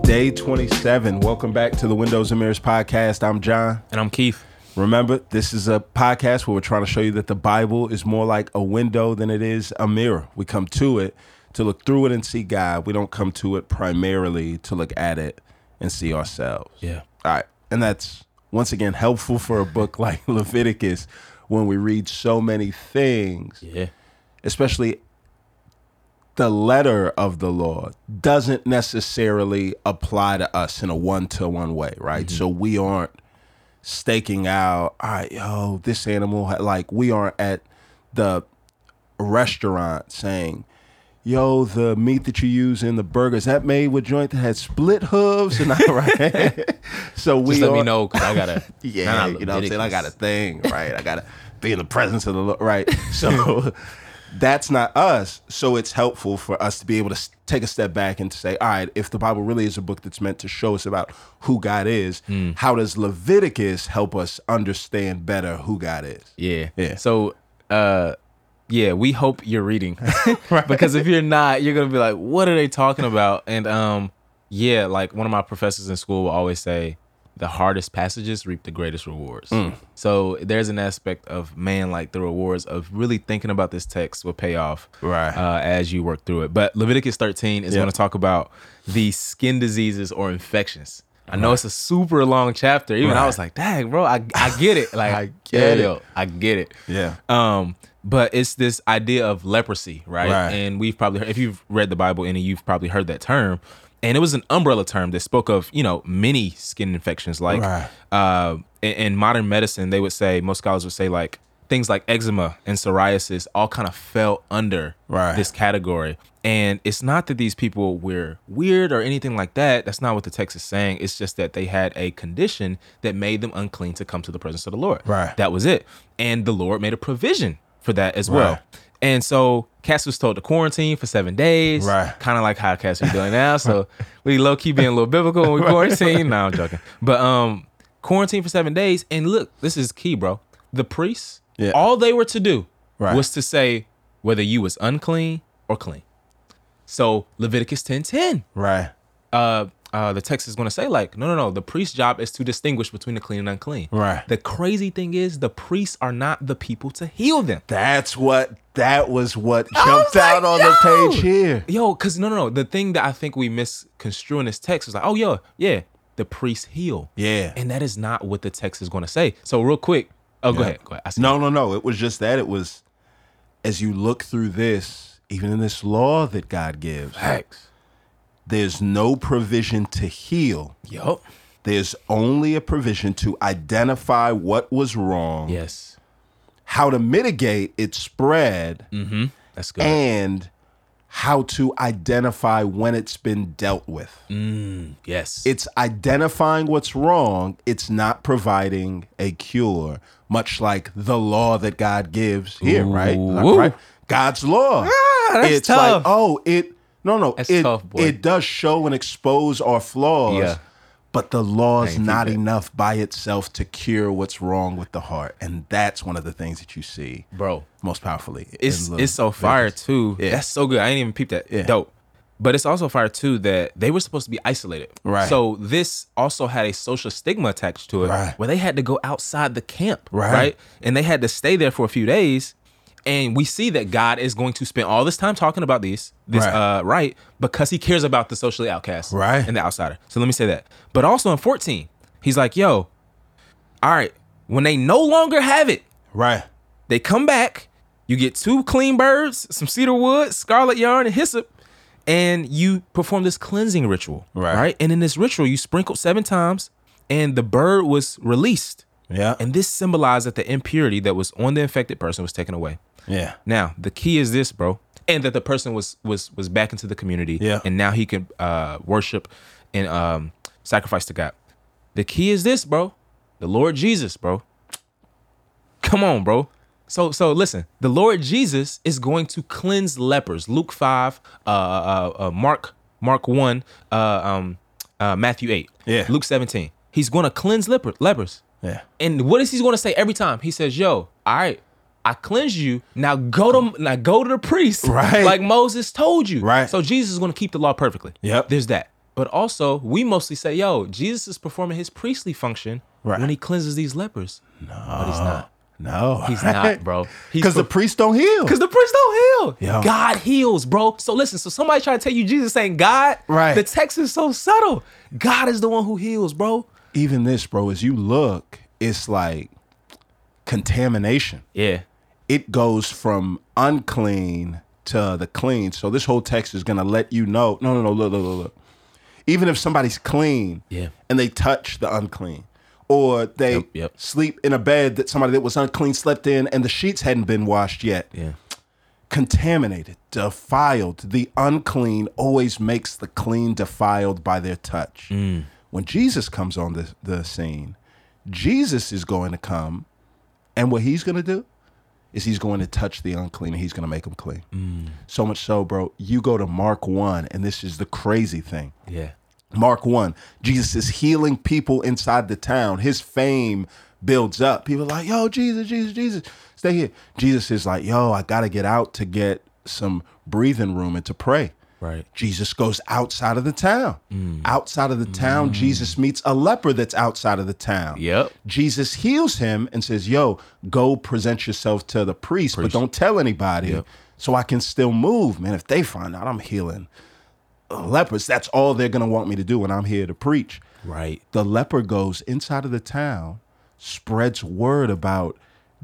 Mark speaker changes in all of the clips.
Speaker 1: Day 27. Welcome back to the Windows and Mirrors podcast. I'm John.
Speaker 2: And I'm Keith.
Speaker 1: Remember, this is a podcast where we're trying to show you that the Bible is more like a window than it is a mirror. We come to it to look through it and see God. We don't come to it primarily to look at it and see ourselves.
Speaker 2: Yeah.
Speaker 1: All right. And that's once again helpful for a book like Leviticus when we read so many things,
Speaker 2: Yeah.
Speaker 1: especially the letter of the law doesn't necessarily apply to us in a one to one way, right?
Speaker 2: Mm-hmm.
Speaker 1: So we aren't staking out, all right, yo, this animal, ha-" like we aren't at the restaurant saying, yo, the meat that you use in the burgers, that made with joint that had split hooves and all right. so we
Speaker 2: Just let me
Speaker 1: aren't-
Speaker 2: know because I gotta.
Speaker 1: yeah,
Speaker 2: Nah,
Speaker 1: you know what I'm saying? I got a
Speaker 2: Leviticus.
Speaker 1: thing, right? I got to be in the presence of the Lord, right? So that's not us. So it's helpful for us to be able to s- take a step back and to say, all right, if the Bible really is a book that's meant to show us about who God is,
Speaker 2: Hmm.
Speaker 1: how does Leviticus help us understand better who God is?
Speaker 2: Yeah.
Speaker 1: Yeah.
Speaker 2: So, uh, yeah, we hope you're reading because if you're not, you're gonna be like, what are they talking about? And um, yeah, like one of my professors in school will always say, the hardest passages reap the greatest rewards.
Speaker 1: Mm.
Speaker 2: So there's an aspect of man, like the rewards of really thinking about this text will pay off,
Speaker 1: Right.
Speaker 2: Uh, as you work through it. But Leviticus 13 is
Speaker 1: Yeah.
Speaker 2: going to talk about the skin diseases or infections. I know it's a super long chapter. Even I was like, dang, bro, I, I get it. Like,
Speaker 1: I get it.
Speaker 2: yeah, I get it.
Speaker 1: Yeah.
Speaker 2: Um, but it's this idea of leprosy, right?
Speaker 1: Right.
Speaker 2: And we've probably heard, if you've read the Bible any, you've probably heard that term. And it was an umbrella term that spoke of, you know, many skin infections. Like
Speaker 1: Right.
Speaker 2: uh in, in modern medicine, they would say, most scholars would say like things like eczema and psoriasis all kind of fell under
Speaker 1: Right.
Speaker 2: this category. And it's not that these people were weird or anything like that. That's not what the text is saying. It's just that they had a condition that made them unclean to come to the presence of the Lord.
Speaker 1: Right.
Speaker 2: That was it. And the Lord made a provision for that as well.
Speaker 1: Right.
Speaker 2: And so Cass was told to quarantine for seven days.
Speaker 1: Right.
Speaker 2: Kind of like how Cass is doing now. So we low key being a little biblical when we quarantine. No, I'm joking. But um, quarantine for seven days. And look, this is key, bro. The priests,
Speaker 1: Yeah.
Speaker 2: all they were to do
Speaker 1: Right.
Speaker 2: was to say whether you was unclean or clean. So Leviticus 10 10
Speaker 1: Right.
Speaker 2: uh, uh, the text is going to say like, no, no, no. The priest's job is to distinguish between the clean and unclean.
Speaker 1: Right.
Speaker 2: The crazy thing is, the priests are not the people to heal them.
Speaker 1: That's what, that was what
Speaker 2: I
Speaker 1: jumped
Speaker 2: was like,
Speaker 1: out on
Speaker 2: yo!
Speaker 1: the page here.
Speaker 2: Yo, because no, no, no. The thing that I think we misconstrue in this text is like, oh, yeah, yeah, the priests heal.
Speaker 1: Yeah.
Speaker 2: And that is not what the text is going to say. So real quick. Oh, go ahead. Go ahead. I see.
Speaker 1: No, no, no. It was just that. It was as you look through this, even in this law that God gives,
Speaker 2: Facts.
Speaker 1: there's no provision to heal.
Speaker 2: Yo.
Speaker 1: There's only a provision to identify what was wrong,
Speaker 2: Yes.
Speaker 1: how to mitigate its spread,
Speaker 2: That's good.
Speaker 1: and how to identify when it's been dealt with.
Speaker 2: yes.
Speaker 1: It's identifying what's wrong, it's not providing a cure, much like the law that God gives here, right? Like,
Speaker 2: Ooh. Ah,
Speaker 1: right? God's law.
Speaker 2: that's
Speaker 1: it's like,
Speaker 2: tough.
Speaker 1: oh, it no no,
Speaker 2: That's
Speaker 1: it
Speaker 2: tough, boy.
Speaker 1: it does show and expose our flaws.
Speaker 2: Yeah.
Speaker 1: But the law's
Speaker 2: think
Speaker 1: not
Speaker 2: that.
Speaker 1: enough by itself to cure what's wrong with the heart. And that's one of the things that you see
Speaker 2: bro.
Speaker 1: most powerfully. in
Speaker 2: it's
Speaker 1: Lil
Speaker 2: it's so
Speaker 1: Baby's.
Speaker 2: fire too.
Speaker 1: Yeah.
Speaker 2: That's so good. I ain't even peep that.
Speaker 1: Yeah.
Speaker 2: Dope. But it's also fire too that they were supposed to be isolated.
Speaker 1: Right.
Speaker 2: So this also had a social stigma attached to it,
Speaker 1: Right.
Speaker 2: where they had to go outside the camp,
Speaker 1: Right.
Speaker 2: And they had to stay there for a few days. And we see that God is going to spend all this time talking about these, this
Speaker 1: Right.
Speaker 2: uh, right, because He cares about the socially outcast,
Speaker 1: Right.
Speaker 2: and the outsider. So let me say that. But also in 14, He's like, "Yo, all right, when they no longer have it,
Speaker 1: Right.
Speaker 2: they come back. You get two clean birds, some cedar wood, scarlet yarn, and hyssop, and you perform this cleansing ritual.
Speaker 1: Right.
Speaker 2: And in this ritual, you sprinkled seven times, and the bird was released.
Speaker 1: Yeah.
Speaker 2: And this symbolized that the impurity that was on the infected person was taken away.
Speaker 1: yeah.
Speaker 2: Now, the key is this, bro, and that the person was was was back into the community,
Speaker 1: Yeah.
Speaker 2: and now he can uh, worship and um, sacrifice to God. The key is this, bro, the Lord Jesus, bro. Come on, bro. So so listen, the Lord Jesus is going to cleanse lepers. Luke five, uh, uh, uh Mark Mark one, uh, um, uh, Matthew eight,
Speaker 1: Yeah.
Speaker 2: Luke seventeen. He's going to cleanse leper, lepers.
Speaker 1: Yeah.
Speaker 2: And what is he going to say every time? He says, "Yo, all right, I cleanse you. Now go to now go to the priest,
Speaker 1: Right.
Speaker 2: Like Moses told you,
Speaker 1: Right.
Speaker 2: So Jesus is going to keep the law perfectly.
Speaker 1: Yep.
Speaker 2: There's that. But also, we mostly say, yo, Jesus is performing his priestly function
Speaker 1: Right.
Speaker 2: when he cleanses these lepers. No. But he's not.
Speaker 1: No,
Speaker 2: He's not, bro. He's
Speaker 1: Because the priest don't heal.
Speaker 2: Because the priest don't heal.
Speaker 1: Yeah.
Speaker 2: God heals, bro. So listen, so somebody try to tell you Jesus ain't God.
Speaker 1: Right.
Speaker 2: The text is so subtle. God is the one who heals, bro.
Speaker 1: Even this, bro, as you look, it's like contamination.
Speaker 2: Yeah.
Speaker 1: It goes from unclean to the clean. So this whole text is gonna let you know. No, no, no. Look, look, look, look. Even if somebody's clean,
Speaker 2: Yeah.
Speaker 1: and they touch the unclean, or they
Speaker 2: Yep, yep.
Speaker 1: sleep in a bed that somebody that was unclean slept in, and the sheets hadn't been washed yet.
Speaker 2: Yeah.
Speaker 1: contaminated, defiled. The unclean always makes the clean defiled by their touch. When Jesus comes on the, the scene, Jesus is going to come, and what he's going to do is he's going to touch the unclean and he's going to make them clean. So much so, bro, you go to Mark 1, and this is the crazy thing.
Speaker 2: Yeah.
Speaker 1: Mark 1, Jesus is healing people inside the town. His fame builds up. People are like, yo, Jesus, Jesus, Jesus, stay here. Jesus is like, yo, I got to get out to get some breathing room and to pray.
Speaker 2: Right. Mm.
Speaker 1: Jesus goes outside of the town. Outside of the town, Jesus meets a leper that's outside of the town.
Speaker 2: Yep.
Speaker 1: Jesus heals him and says, Yo, go present yourself to the priest, but don't tell anybody so I can still move. Man, if they find out I'm healing lepers, that's all they're going to want me to do when I'm here to preach.
Speaker 2: Right.
Speaker 1: The leper goes inside of the town, spreads word about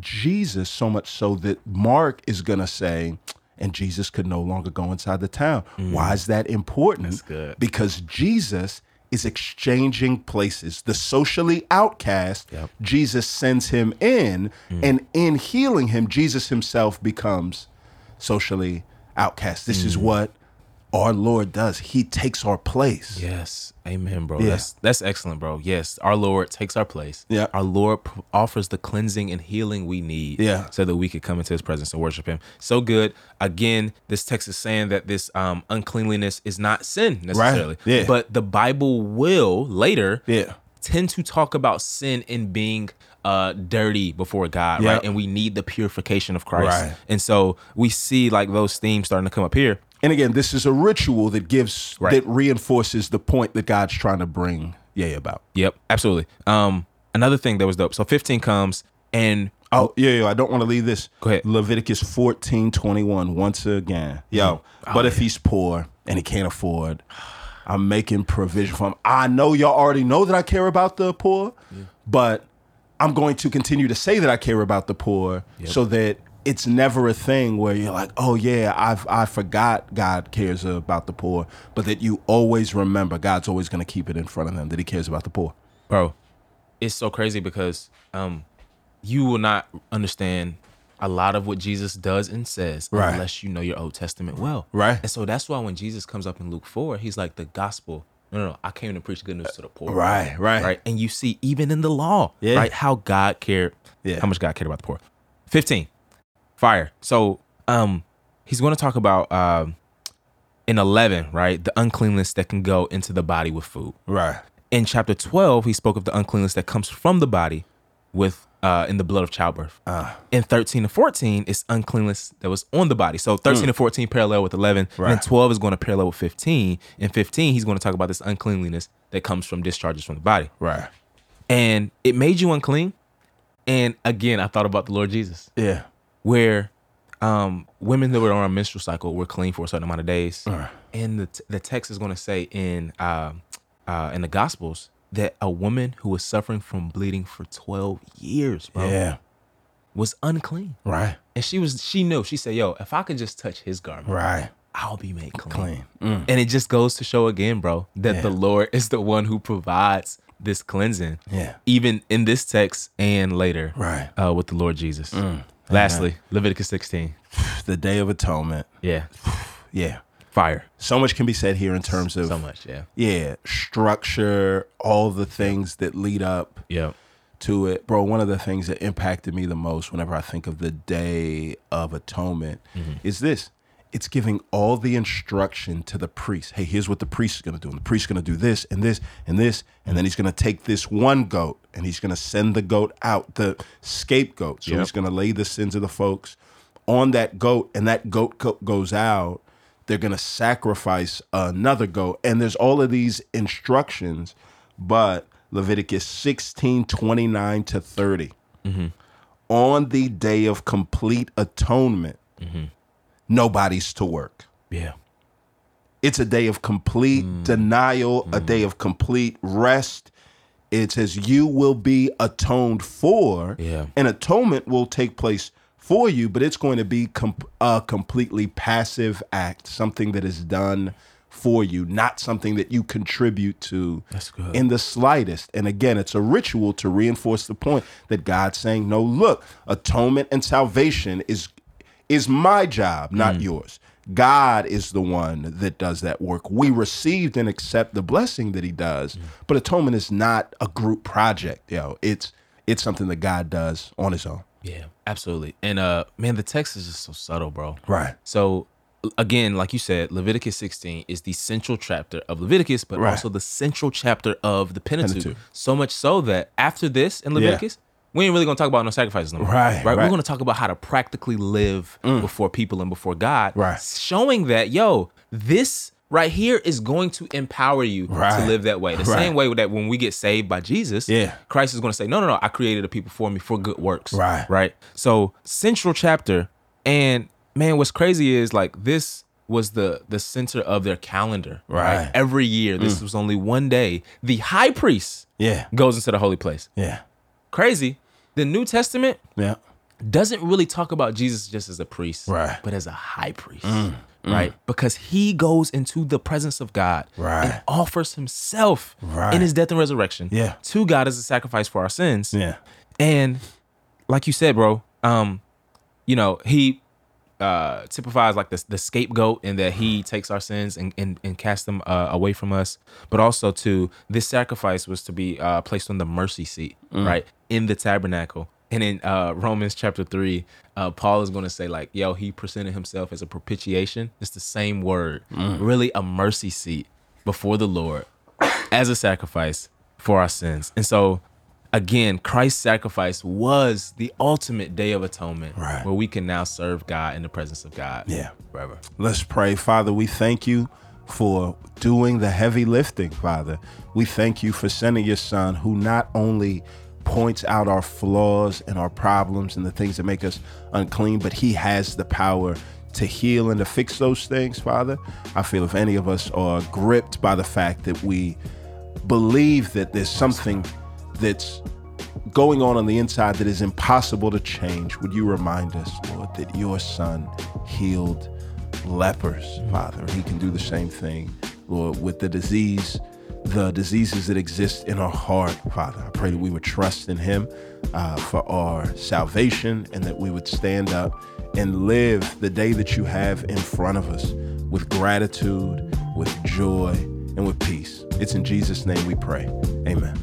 Speaker 1: Jesus so much so that Mark is going to say, and Jesus could no longer go inside the town. Why is that important?
Speaker 2: good.
Speaker 1: Because Jesus is exchanging places. The socially outcast, Jesus sends him in, and in healing him, Jesus himself becomes socially outcast. This is what our Lord does. He takes our place.
Speaker 2: Yes. Amen, bro. That's that's excellent, bro. Yes. Our Lord takes our place.
Speaker 1: Yeah.
Speaker 2: Our Lord p- offers the cleansing and healing we need.
Speaker 1: Yeah.
Speaker 2: So that we could come into his presence and worship him. So good. Again, this text is saying that this um uncleanliness is not sin necessarily.
Speaker 1: Yeah.
Speaker 2: But the Bible will later
Speaker 1: Yeah.
Speaker 2: tend to talk about sin and being uh dirty before God,
Speaker 1: Yeah.
Speaker 2: right? And we need the purification of Christ.
Speaker 1: Right.
Speaker 2: And so we see like those themes starting to come up here.
Speaker 1: And again, this is a ritual that gives
Speaker 2: Right.
Speaker 1: that reinforces the point that God's trying to bring yay about.
Speaker 2: Yep, absolutely. Um, another thing that was dope. So 15 comes and
Speaker 1: Oh, yeah, yeah, I don't want to leave this.
Speaker 2: Go ahead.
Speaker 1: Leviticus 14, 21, once again. Yo, but if he's poor and he can't afford, I'm making provision for him. I know y'all already know that I care about the poor, but I'm going to continue to say that I care about the poor so that it's never a thing where you're like, oh yeah, I've I forgot God cares about the poor, but that you always remember God's always gonna keep it in front of them that he cares about the poor.
Speaker 2: bro, it's so crazy because um you will not understand a lot of what Jesus does and says
Speaker 1: Right.
Speaker 2: unless you know your Old Testament well.
Speaker 1: Right.
Speaker 2: And so that's why when Jesus comes up in Luke 4, he's like the gospel. No, no, no. I came to preach good news to the poor.
Speaker 1: Right, right.
Speaker 2: right? And you see, even in the law,
Speaker 1: Yeah.
Speaker 2: right, how God cared,
Speaker 1: Yeah.
Speaker 2: how much God cared about the poor. Fifteen, fire. So, um, he's going to talk about um, in eleven, right, the uncleanness that can go into the body with food.
Speaker 1: Right.
Speaker 2: In chapter twelve, he spoke of the uncleanness that comes from the body with uh, in the blood of childbirth.
Speaker 1: Ah.
Speaker 2: in thirteen and fourteen, it's uncleanness that was on the body. So thirteen and fourteen parallel with eleven, and
Speaker 1: Mm. Right.
Speaker 2: then twelve is going to parallel with fifteen. In fifteen, he's going to talk about this uncleanliness that comes from discharges from the body
Speaker 1: Right.
Speaker 2: and it made you unclean. And again, I thought about the Lord Jesus,
Speaker 1: Yeah.
Speaker 2: where um, women that were on a menstrual cycle were clean for a certain amount of days.
Speaker 1: Right.
Speaker 2: And the, the text is going to say in um uh, in the Gospels that a woman who was suffering from bleeding for twelve years, bro,
Speaker 1: Yeah.
Speaker 2: was unclean,
Speaker 1: Right.
Speaker 2: and she was she knew she said, "Yo, if I could just touch His garment,
Speaker 1: Right.
Speaker 2: I'll be made clean."
Speaker 1: Clean. Mm.
Speaker 2: And it just goes to show again, bro, that the
Speaker 1: Yeah.
Speaker 2: Lord is the one who provides this cleansing.
Speaker 1: Yeah.
Speaker 2: Even in this text and later.
Speaker 1: Right. Mm.
Speaker 2: Uh, with the Lord Jesus. Lastly, Leviticus 16.
Speaker 1: The Day of Atonement.
Speaker 2: Yeah.
Speaker 1: Yeah.
Speaker 2: Fire.
Speaker 1: So much can be said here in terms of
Speaker 2: So much. Yeah.
Speaker 1: yeah, structure, all the things that lead up
Speaker 2: Yeah.
Speaker 1: to it. Bro, one of the things that impacted me the most whenever I think of the Day of Atonement is this. It's giving all the instruction to the priest. Hey, here's what the priest is going to do. And the priest is going to do this and this and this. And then he's going to take this one goat and he's going to send the goat out, the scapegoat. So
Speaker 2: Yep.
Speaker 1: he's going to lay the sins of the folks on that goat. And that goat co- goes out They're going to sacrifice another goat. And there's all of these instructions, but Leviticus 16 29 to 30. On the day of complete atonement, nobody's to work
Speaker 2: Yeah.
Speaker 1: it's a day of complete denial, a day of complete rest. It says you will be atoned for,
Speaker 2: Yeah.
Speaker 1: and atonement will take place for you, but it's going to be com- a completely passive act, something that is done for you, not something that you contribute to
Speaker 2: That's good.
Speaker 1: in the slightest. And again, it's a ritual to reinforce the point that God's saying, "No, look, atonement and salvation is is my job, not yours. God is the one that does that work. We received and accept the blessing that He does, but atonement is not a group project. Yo, it's it's something that God does on His own.
Speaker 2: Yeah, absolutely. And uh man, the text is just so subtle, bro.
Speaker 1: Right.
Speaker 2: So again, like you said, Leviticus 16 is the central chapter of Leviticus, but
Speaker 1: Right.
Speaker 2: also the central chapter of the Pentateuch.
Speaker 1: Pentateuch.
Speaker 2: So much so that after this in Leviticus, we ain't really gonna talk about no sacrifices no more.
Speaker 1: Right,
Speaker 2: Right. We're
Speaker 1: right. Mm.
Speaker 2: gonna talk about how to practically live before people and before God.
Speaker 1: Right.
Speaker 2: Showing that, yo, this right here is going to empower you to
Speaker 1: Right.
Speaker 2: live that way. The
Speaker 1: Right.
Speaker 2: same way that when we get saved by Jesus,
Speaker 1: Yeah.
Speaker 2: Christ is going to say, no, no, no, I created a people for me for good works.
Speaker 1: Right.
Speaker 2: Right. So central chapter. And man, what's crazy is like this was the the center of their calendar.
Speaker 1: Right. Mm.
Speaker 2: Every year. This was only one day. The high priest
Speaker 1: Yeah.
Speaker 2: goes into the holy place.
Speaker 1: Yeah.
Speaker 2: Crazy. The New Testament
Speaker 1: Yeah.
Speaker 2: doesn't really talk about Jesus just as a priest,
Speaker 1: Right. Mm.
Speaker 2: but as a high priest, right? Because he goes into the presence of God and
Speaker 1: Right.
Speaker 2: offers himself
Speaker 1: Right.
Speaker 2: in his death and resurrection
Speaker 1: Yeah.
Speaker 2: to God as a sacrifice for our sins.
Speaker 1: Yeah.
Speaker 2: And like you said, bro, um, you know, he uh typifies like the, the scapegoat in that he takes our sins and and, and casts them uh, away from us but also to this sacrifice was to be uh placed on the mercy seat right in the tabernacle and in uh romans chapter 3 uh paul is going to say like yo he presented himself as a propitiation it's the same word really a mercy seat before the lord as a sacrifice for our sins and so again christ's sacrifice was the ultimate day of atonement
Speaker 1: Right.
Speaker 2: where we can now serve God in the presence of God.
Speaker 1: Yeah.
Speaker 2: Forever.
Speaker 1: Let's pray. Father, we thank you for doing the heavy lifting, Father. We thank you for sending your son who not only points out our flaws and our problems and the things that make us unclean, but he has the power to heal and to fix those things, Father. I feel if any of us are gripped by the fact that we believe that there's something that's going on on the inside that is impossible to change, would you remind us, Lord, that your son healed lepers, Father? And he can do the same thing, Lord, with the disease, the diseases that exist in our heart, Father. I pray that we would trust in him uh, for our salvation and that we would stand up and live the day that you have in front of us with gratitude, with joy, and with peace. It's in Jesus' name we pray. Amen.